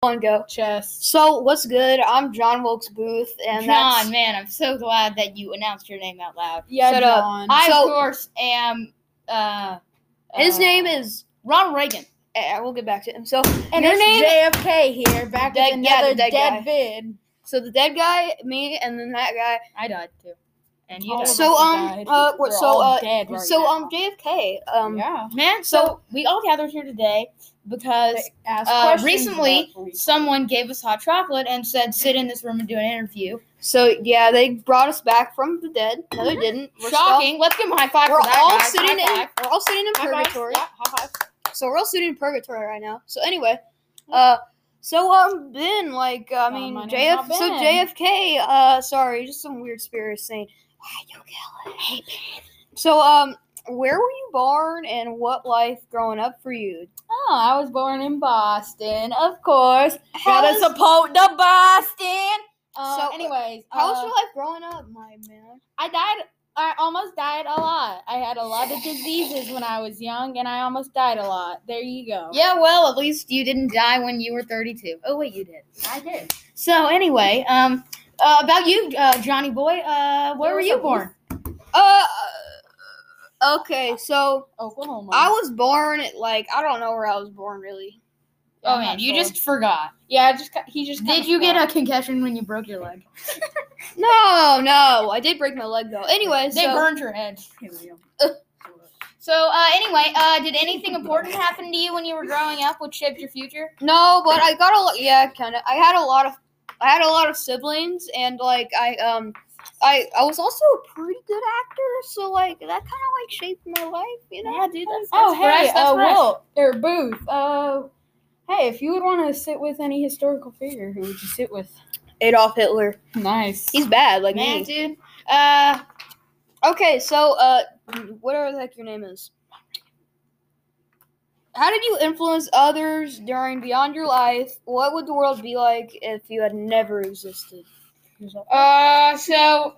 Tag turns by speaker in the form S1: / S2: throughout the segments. S1: one go.
S2: Chest.
S1: So what's good? I'm John Wilkes Booth, and
S3: John,
S1: that's
S3: man, I'm so glad that you announced your name out loud.
S2: Yeah, Uh,
S1: Shut up.
S2: John.
S3: I,
S1: So-
S3: of course, am. Uh,
S1: his
S3: uh,
S1: name is.
S3: Ronald Reagan.
S1: eh, We'll get back to him. So
S2: and
S1: your
S2: it's
S1: name-
S2: JFK here, back
S1: Dead-
S2: with
S1: yeah,
S2: another
S1: the dead
S2: dead
S1: guy.
S2: vid.
S1: so the dead guy, me, and then that guy.
S3: I died too, and you
S2: All
S3: died.
S2: of
S1: So
S2: us
S1: um
S2: died.
S1: uh
S2: We're
S1: what- so
S2: all
S1: uh
S2: dead right
S1: so
S2: now.
S1: um JFK um
S2: yeah.
S3: man,
S1: so-
S3: so we all gathered here today because
S2: They ask
S3: uh,
S2: questions
S3: recently,
S2: about police.
S3: someone gave us hot chocolate and said, "Sit in this room and do an interview."
S1: so yeah they brought us back from the dead. No, they didn't. We're still-
S3: Mm-hmm. Shocking. Let's give him a high five
S1: we're
S3: for that.
S1: all
S3: guys.
S1: sitting
S3: high
S1: in
S3: five.
S1: we're all sitting in
S3: High five.
S1: purgatory.
S3: Yeah, high five.
S1: So we're all sitting in purgatory right now. So anyway, uh, so um, Ben, like I
S2: Well,
S1: mean,
S2: my name's
S1: JF,
S2: not
S1: so
S2: Ben.
S1: JFK, uh, sorry, just some weird spirit saying, why you kill it? Hey, Ben. So um, where were you born and what life growing up for you?
S2: Oh, I was born in Boston, of course.
S1: How
S2: Gotta
S1: was,
S2: support the Boston. Uh,
S1: So,
S2: anyways,
S1: how was
S2: uh,
S1: your life growing up, my man?
S2: I died. I almost died a lot. I had a lot of diseases when I was young, and I almost died a lot. There you go.
S3: Yeah, well, at least you didn't die when you were 32. Oh wait, you did.
S2: I did.
S3: So anyway, um, uh, about you, uh, Johnny boy. Uh, where
S2: There
S3: were
S2: was
S3: you
S2: a-
S3: born?
S1: Uh. Okay, so
S2: Oklahoma.
S1: I was born at like I don't know where I was born really.
S2: Yeah,
S3: Oh
S2: I'm
S3: man,
S2: not
S3: you
S2: sure.
S3: just forgot.
S2: Yeah, I just got- he just.
S3: Did you get a concussion when you broke your leg?
S1: No, no, I did break my leg though. Anyway,
S3: They
S1: so
S3: burned your head. So uh, anyway, uh, did anything important happen to you when you were growing up, which shaped your future?
S1: No, but I got a lot. Yeah, kind of. I had a lot of. I had a lot of siblings, and like I um, I I was also a pretty good actor, so like that kind of like shaped my life, you know.
S3: dude.
S2: Oh hey,
S3: fresh, that's
S2: uh,
S3: fresh.
S2: Wilt or Booth. Uh, hey, if you would want to sit with any historical figure, who would you sit with?
S1: Adolf Hitler.
S2: Nice.
S1: He's bad, like
S3: man,
S1: me.
S3: dude. Uh,
S1: Okay, so uh, whatever the heck your name is. How did you influence others during beyond your life? What would the world be like if you had never existed?
S3: Uh, so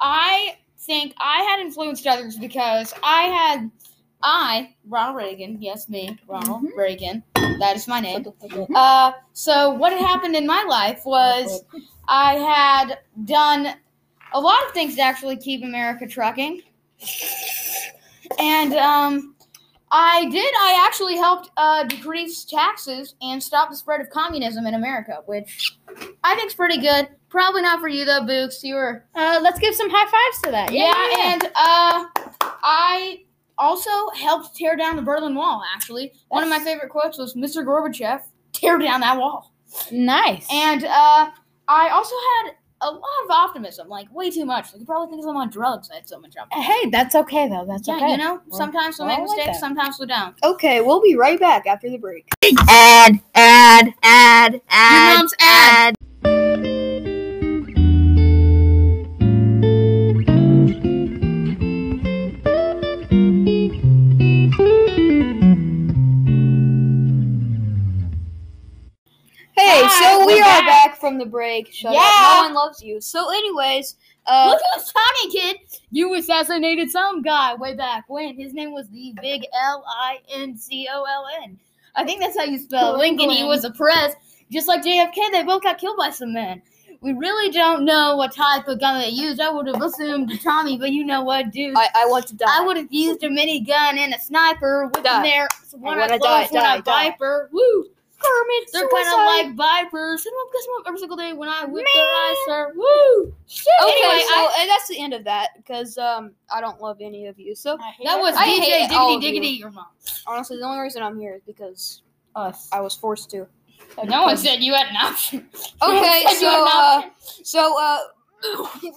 S3: I think I had influenced others because I had I Ronald Reagan. Yes, me Ronald Reagan. That is my name. Uh, so what had happened in my life was I had done a lot of things to actually keep America trucking, and um. I did. I actually helped uh, decrease taxes and stop the spread of communism in America, which I think's pretty good. Probably not for you though, Books. You were
S2: Uh, let's give some high fives to that.
S3: yeah, and uh, I also helped tear down the Berlin Wall. Actually, one of my
S2: That's-
S3: favorite quotes was Mr. Gorbachev, tear down that wall.
S2: nice.
S3: And uh, I also had a lot of optimism, like way too much. Like you probably think I'm on drugs. I had so much optimism.
S2: hey, that's okay though. That's
S3: yeah, you know,
S2: Well,
S3: sometimes we
S2: well,
S3: make
S2: I like that.
S3: mistakes, sometimes we don't.
S1: Okay, we'll be right back after the break.
S4: ad, ad, ad,
S3: Your
S4: ad,
S3: mom's ad.
S1: Hey,
S3: Hi,
S1: so we
S3: we're
S1: are
S3: back.
S1: back from the break. Shut
S3: Yeah.
S1: up. No one loves you. So, anyways, uh,
S3: Look who's talking, kid. You assassinated some guy way back when. His name was the Big L I N C O L N. I think that's how you spell it. Lincoln. He
S2: Lincoln.
S3: was oppressed, just like JFK. They both got killed by some men. We really don't know what type of gun they used. I would have assumed a Tommy, but you know what, dude?
S1: I, I want to die.
S3: I would have used a minigun and a sniper with
S1: Die.
S3: them there. One
S1: wanna die,
S3: eye closed, one eye
S1: die, die.
S3: viper. Woo!
S1: Kermit,
S3: They're kind of like vipers. And I'm them up every single day when I whip their eyes, sir. Woo! Shit.
S1: Okay,
S3: anyway,
S1: so
S3: I,
S1: and that's the end of that because um, I don't love any of you. So
S3: that was
S1: I hate
S3: DJ
S1: all of
S3: Diggity
S1: you.
S3: Diggity, your mom.
S1: honestly, the only reason I'm here is because
S2: us.
S1: I was forced to.
S3: No one said you had an option.
S1: Okay,
S3: Said you
S1: so
S3: had an
S1: uh,
S3: option.
S1: so uh,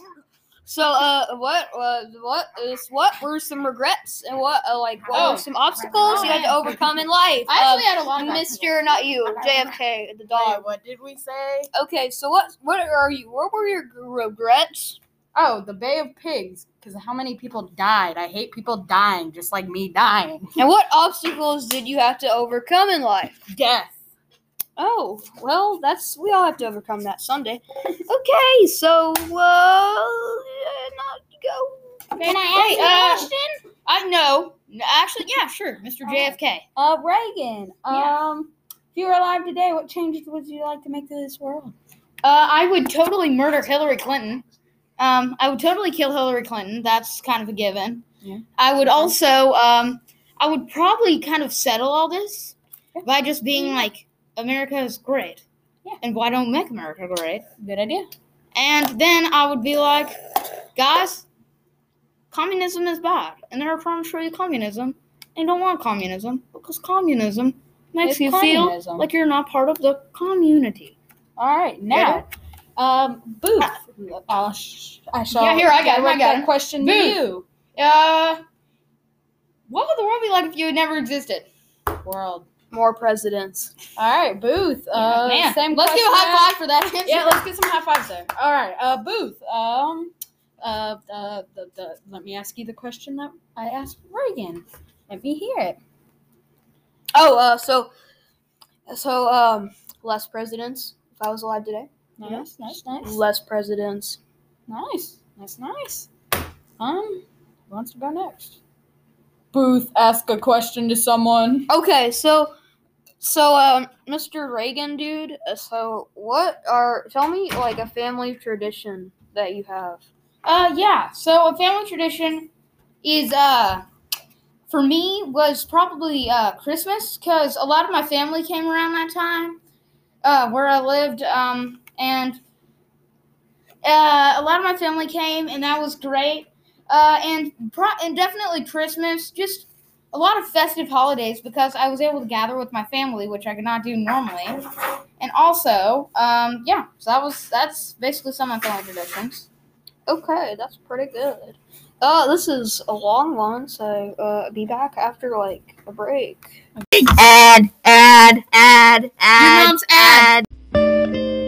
S1: so uh, what uh, what is what were some regrets and what uh, like what
S3: Oh.
S1: were some obstacles you had to overcome in life?
S3: I actually had a lot
S1: Um,
S3: of
S1: Mr. Not you, JFK, the dog.
S2: what did we say?
S1: Okay, so what what are you? What were your g- regrets?
S2: Oh, the Bay of Pigs. Because how many people died? I hate people dying, just like me dying.
S1: And what obstacles did you have to overcome in life?
S2: Death.
S1: Oh, well, that's we all have to overcome that someday. Okay, so uh, not go.
S3: Can
S1: uh,
S3: I ask you a Uh, question? I no, No, actually, yeah, sure, Mr. JFK.
S2: Uh, Reagan.
S3: Yeah.
S2: Um, If you were alive today, what changes would you like to make to this world?
S3: Uh, I would totally murder Hillary Clinton. Um, I would totally kill Hillary Clinton. That's kind of a given.
S2: Yeah.
S3: I would also, um, I would probably kind of settle all this by just being like, America is great.
S2: Yeah.
S3: And why don't we make America great?
S2: Good idea.
S3: And then I would be like, guys, communism is bad. And they're trying to show you communism. And don't want communism because communism makes
S2: It's
S3: you feel
S2: communism.
S3: like you're not part of the community.
S2: All right, now, um, Booth. I'll sh- I shall.
S3: Ah. Yeah, here, I got it, I
S2: direct
S3: got
S2: that
S3: it.
S2: question to
S3: Booth.
S2: you.
S3: Uh, what would the world be like if you had never existed?
S2: World.
S1: More presidents.
S2: All right, Booth. Uh,
S3: Man,
S2: same
S3: let's
S2: question
S3: give a
S2: as-
S3: high five for that answer.
S2: Yeah, let's get some high fives there. All right, uh, Booth. Um, uh, uh, the, the, let me ask you the question that I asked Reagan. Let me hear it.
S1: Oh, uh, so, so um, less presidents. If I was alive today,
S2: Nice, nice, nice,
S1: less presidents.
S2: nice, nice, nice. Um, who wants to go next? Booth, ask a question to someone.
S1: Okay, so, so um, Mr. Reagan, dude. uh, So, what are? Tell me like a family tradition that you have.
S3: Uh, yeah. So a family tradition is uh, for me was probably uh Christmas because a lot of my family came around that time, uh, where I lived. Um, and uh, a lot of my family came, and that was great. Uh, and pro- and definitely Christmas, just a lot of festive holidays because I was able to gather with my family, which I could not do normally. And also, um, yeah. So that was that's basically some of my family traditions.
S1: Okay, that's pretty good. Uh, this is a long one, so uh, be back after like a break.
S4: Ad, ad, ad, ad.
S3: mom's ad.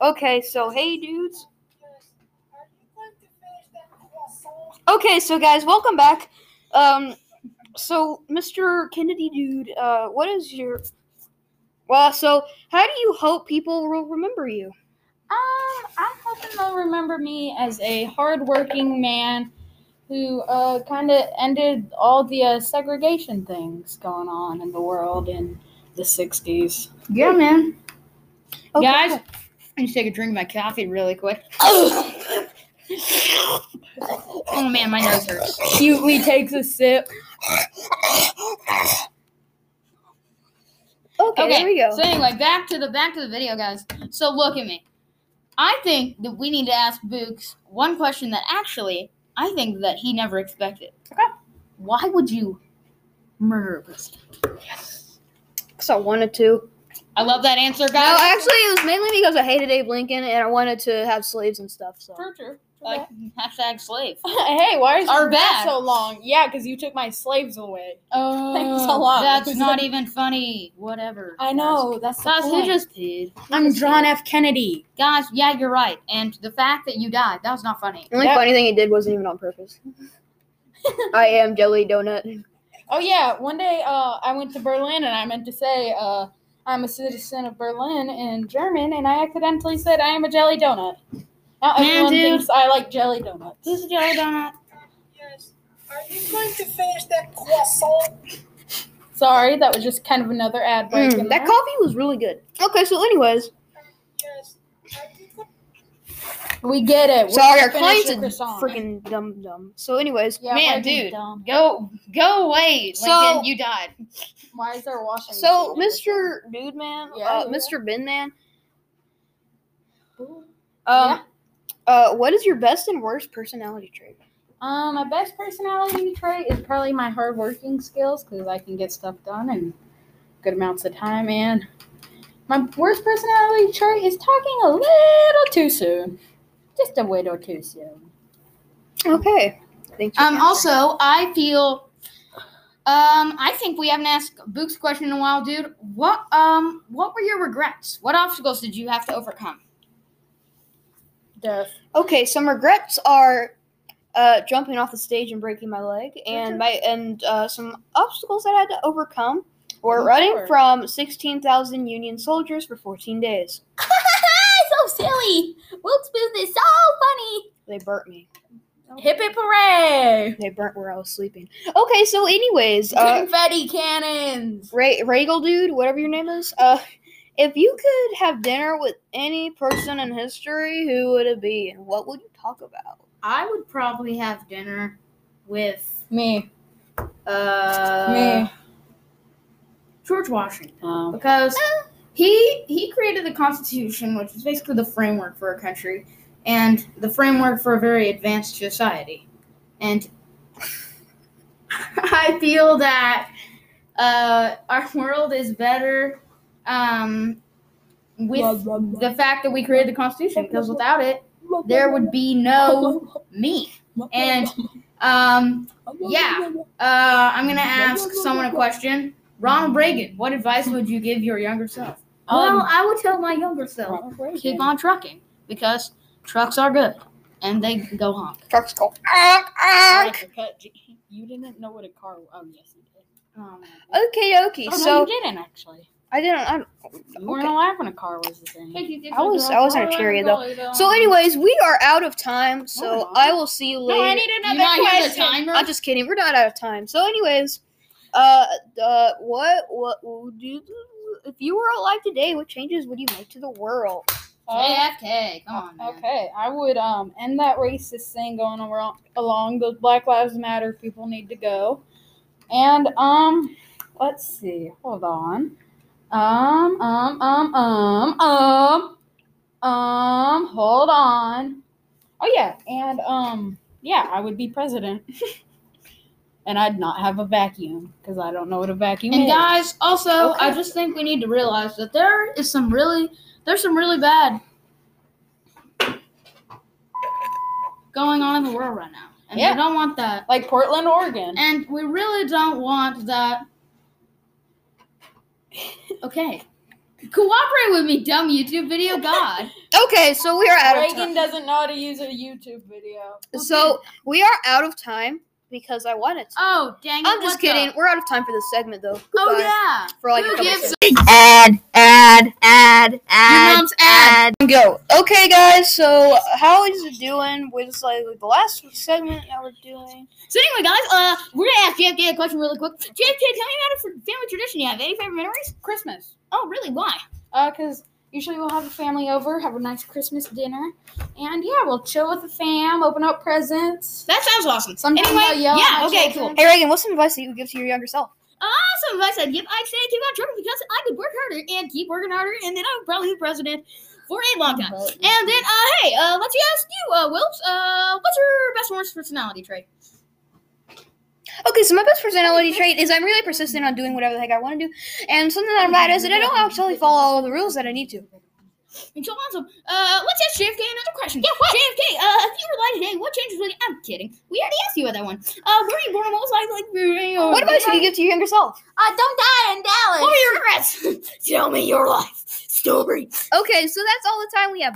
S1: Okay, so hey dudes. Okay, so guys, welcome back. Um, so Mr. Kennedy, dude, uh, what is your? Well, so how do you hope people will remember you?
S2: Um, I'm hoping they'll remember me as a hardworking man who uh, kind of ended all the uh, segregation things going on in the world in the 60s.
S3: Yeah, man.
S1: Oh, Okay.
S3: Guys, I need to take a drink of my coffee really quick. oh man, my nose hurts.
S2: Cutely takes a sip.
S1: Okay,
S3: Okay,
S1: there we go.
S3: So anyway, back to the back to the video, guys. So look at me. I think that we need to ask Books one question that actually I think that he never expected. Okay. Why would you murder a person?
S1: Because I wanted to.
S3: I love that answer,
S1: No,
S3: guys.
S1: actually, it was mainly because I hated Abe Lincoln and I wanted to have slaves and stuff. So
S2: True, true.
S3: like hashtag slave.
S2: hey, why is
S3: Our
S2: your back
S3: bad.
S2: so long? Yeah, because you took my slaves away.
S3: Oh,
S2: Thanks a lot.
S3: That's not even funny. Whatever.
S2: I know. That's
S3: Guys,
S2: the
S3: who
S2: point.
S3: just did?
S2: I'm John F. Kennedy.
S3: Guys, yeah, you're right. And the fact that you died, that was not funny.
S1: the only
S2: That-
S1: funny thing he did wasn't even on purpose. I am Jelly Donut.
S2: Oh yeah, one day uh, I went to Berlin and I meant to say uh, I'm a citizen of Berlin in German, and I accidentally said I am a jelly donut. Now
S3: Man,
S2: everyone
S3: dude.
S2: thinks I like jelly donuts.
S3: Who's a jelly donut?
S5: Yes. Are you going to finish that croissant?
S2: Sorry, that was just kind of another ad break. in
S1: Mm, Hmm. that
S2: there.
S1: coffee was really good. Okay, so anyways,
S5: Yes. Are you going
S2: we get it. We're
S1: sorry, our
S2: gonna finish
S1: client's
S2: the
S1: a
S2: croissant.
S1: freaking dumb dumb. So anyways,
S2: yeah,
S3: Man,
S2: we're just
S3: dude.
S2: dumb.
S3: Go, go away,
S1: So-
S3: Lincoln. you died.
S2: Why is there washing?
S1: so
S2: machine in
S1: Mr. Dude Man,
S2: Yeah,
S1: uh,
S2: yeah.
S1: Mr. Bin Man,
S2: this room?
S1: um, uh, what is your best and worst personality trait?
S2: Um, my best personality trait is probably my hard working skills because I can get stuff done in good amounts of time. And my worst personality trait is talking a little too soon, just a little too soon.
S1: Okay, thanks. for
S3: Um,
S1: answering.
S3: also, I feel, um, I think we haven't asked Book's question in a while, dude. What, um, what were your regrets? What obstacles did you have to overcome?
S2: Death.
S1: okay, some regrets are. Uh, jumping off the stage and breaking my leg, and my and uh, some obstacles that I had to overcome were
S2: Of
S1: running
S2: course.
S1: from sixteen thousand Union soldiers for fourteen days.
S6: silly. Wilkes Booth is so funny.
S1: They burnt me.
S6: Hip hip hooray!
S1: They burnt where I was sleeping. Okay, so anyways, uh,
S6: Confetti cannons.
S1: Ra- Regal dude, whatever your name is, uh, if you could have dinner with any person in history, who would it be, and what would you talk about?
S3: I would probably have dinner with
S2: Me.
S3: uh
S2: Me.
S3: George Washington
S2: Um,
S3: because he he created the Constitution, which is basically the framework for a country and the framework for a very advanced society. And I feel that uh, our world is better um, with the fact that we created the Constitution because without it, there would be no me. And um, yeah, uh, I'm gonna ask someone a question. Ronald Reagan, what advice would you give your younger self?
S2: Um,
S3: well, I would tell my younger
S2: Oh,
S3: self keep on trucking because trucks are good and they go honk.
S1: Trucks go.
S2: you didn't know what a car was. Oh, yes, you did.
S3: Um,
S1: Okay, okay.
S2: Oh,
S1: So
S2: no, you didn't actually.
S1: I didn't. I,
S2: You weren't alive when a car was the thing.
S1: I was. I wasn't a cheerleader though. So, anyways, we are out of time. So
S2: No, we're not.
S1: I will see you later.
S3: you not hear the timer?
S1: I'm just kidding. We're not out of time. So, anyways, uh, uh, what, what would you, if you were alive today, what changes would you make to the world?
S3: JFK, come on. Man.
S2: Okay, I would um end that racist thing going around along those Black Lives Matter people need to go, and um let's see, hold on, um um um um um um hold on, oh yeah, and um yeah, I would be president, and I'd not have a vacuum because I don't know what a vacuum
S3: And
S2: is.
S3: guys, also, I
S2: Okay.
S3: just think we need to realize that there is some really, there's some really bad going on in the world right now, and
S2: Yeah.
S3: we don't want that.
S2: like Portland, Oregon.
S3: And we really don't want that. Okay, cooperate with me, dumb YouTube video god.
S1: Okay, so we are out of
S2: Reagan
S1: time.
S2: doesn't know how to use a YouTube video.
S1: So we are out of time because I wanted to.
S3: Oh dang it!
S1: I'm just
S3: what's
S1: kidding.
S3: up?
S1: We're out of time for this segment though.
S3: Oh
S1: Goodbye.
S3: yeah.
S1: For like a
S3: Who
S1: couple
S3: gives
S1: seconds.
S4: Ad, ad, ad, ad,
S3: mom's
S4: ad.
S1: go. Okay, guys. So how is it doing with like the last segment that we're doing?
S3: So anyway, guys, uh, we're gonna ask JFK a question really quick. JFK, tell me about a family tradition you have. Any favorite memories?
S2: Christmas.
S3: Oh, really? Why?
S2: Uh, because usually we'll have a family over, have a nice Christmas dinner, and yeah, we'll chill with the fam, open up presents.
S3: That sounds awesome.
S2: Sometimes
S3: Anyway,
S2: I'll yell
S3: yeah,
S2: at my
S3: okay,
S2: children.
S1: Hey Reagan, what's some advice that you would give to your younger self?
S3: Awesome advice. I'd give. I'd say keep on trucking because I could work harder and keep working harder, and then I would probably be president for a long time. And then, uh, hey, uh, let's ask you, uh, Wilkes, uh, what's your best and worst personality trait?
S1: Okay, so my best personality trait is I'm really persistent on doing whatever the heck I want to do, and something that I'm bad at is that I don't actually follow all the rules that I need to.
S3: And so awesome. Uh, let's ask JFK another question. Yeah, what? JFK, uh, if you were alive today, what changes would you? I'm kidding. We already asked you about that one. Uh, where were you born? What was life like? for
S1: What advice would you give to your younger self?
S6: Uh, don't die in Dallas.
S3: What are your regrets? Tell me your life story.
S1: Okay, so that's all the time we have.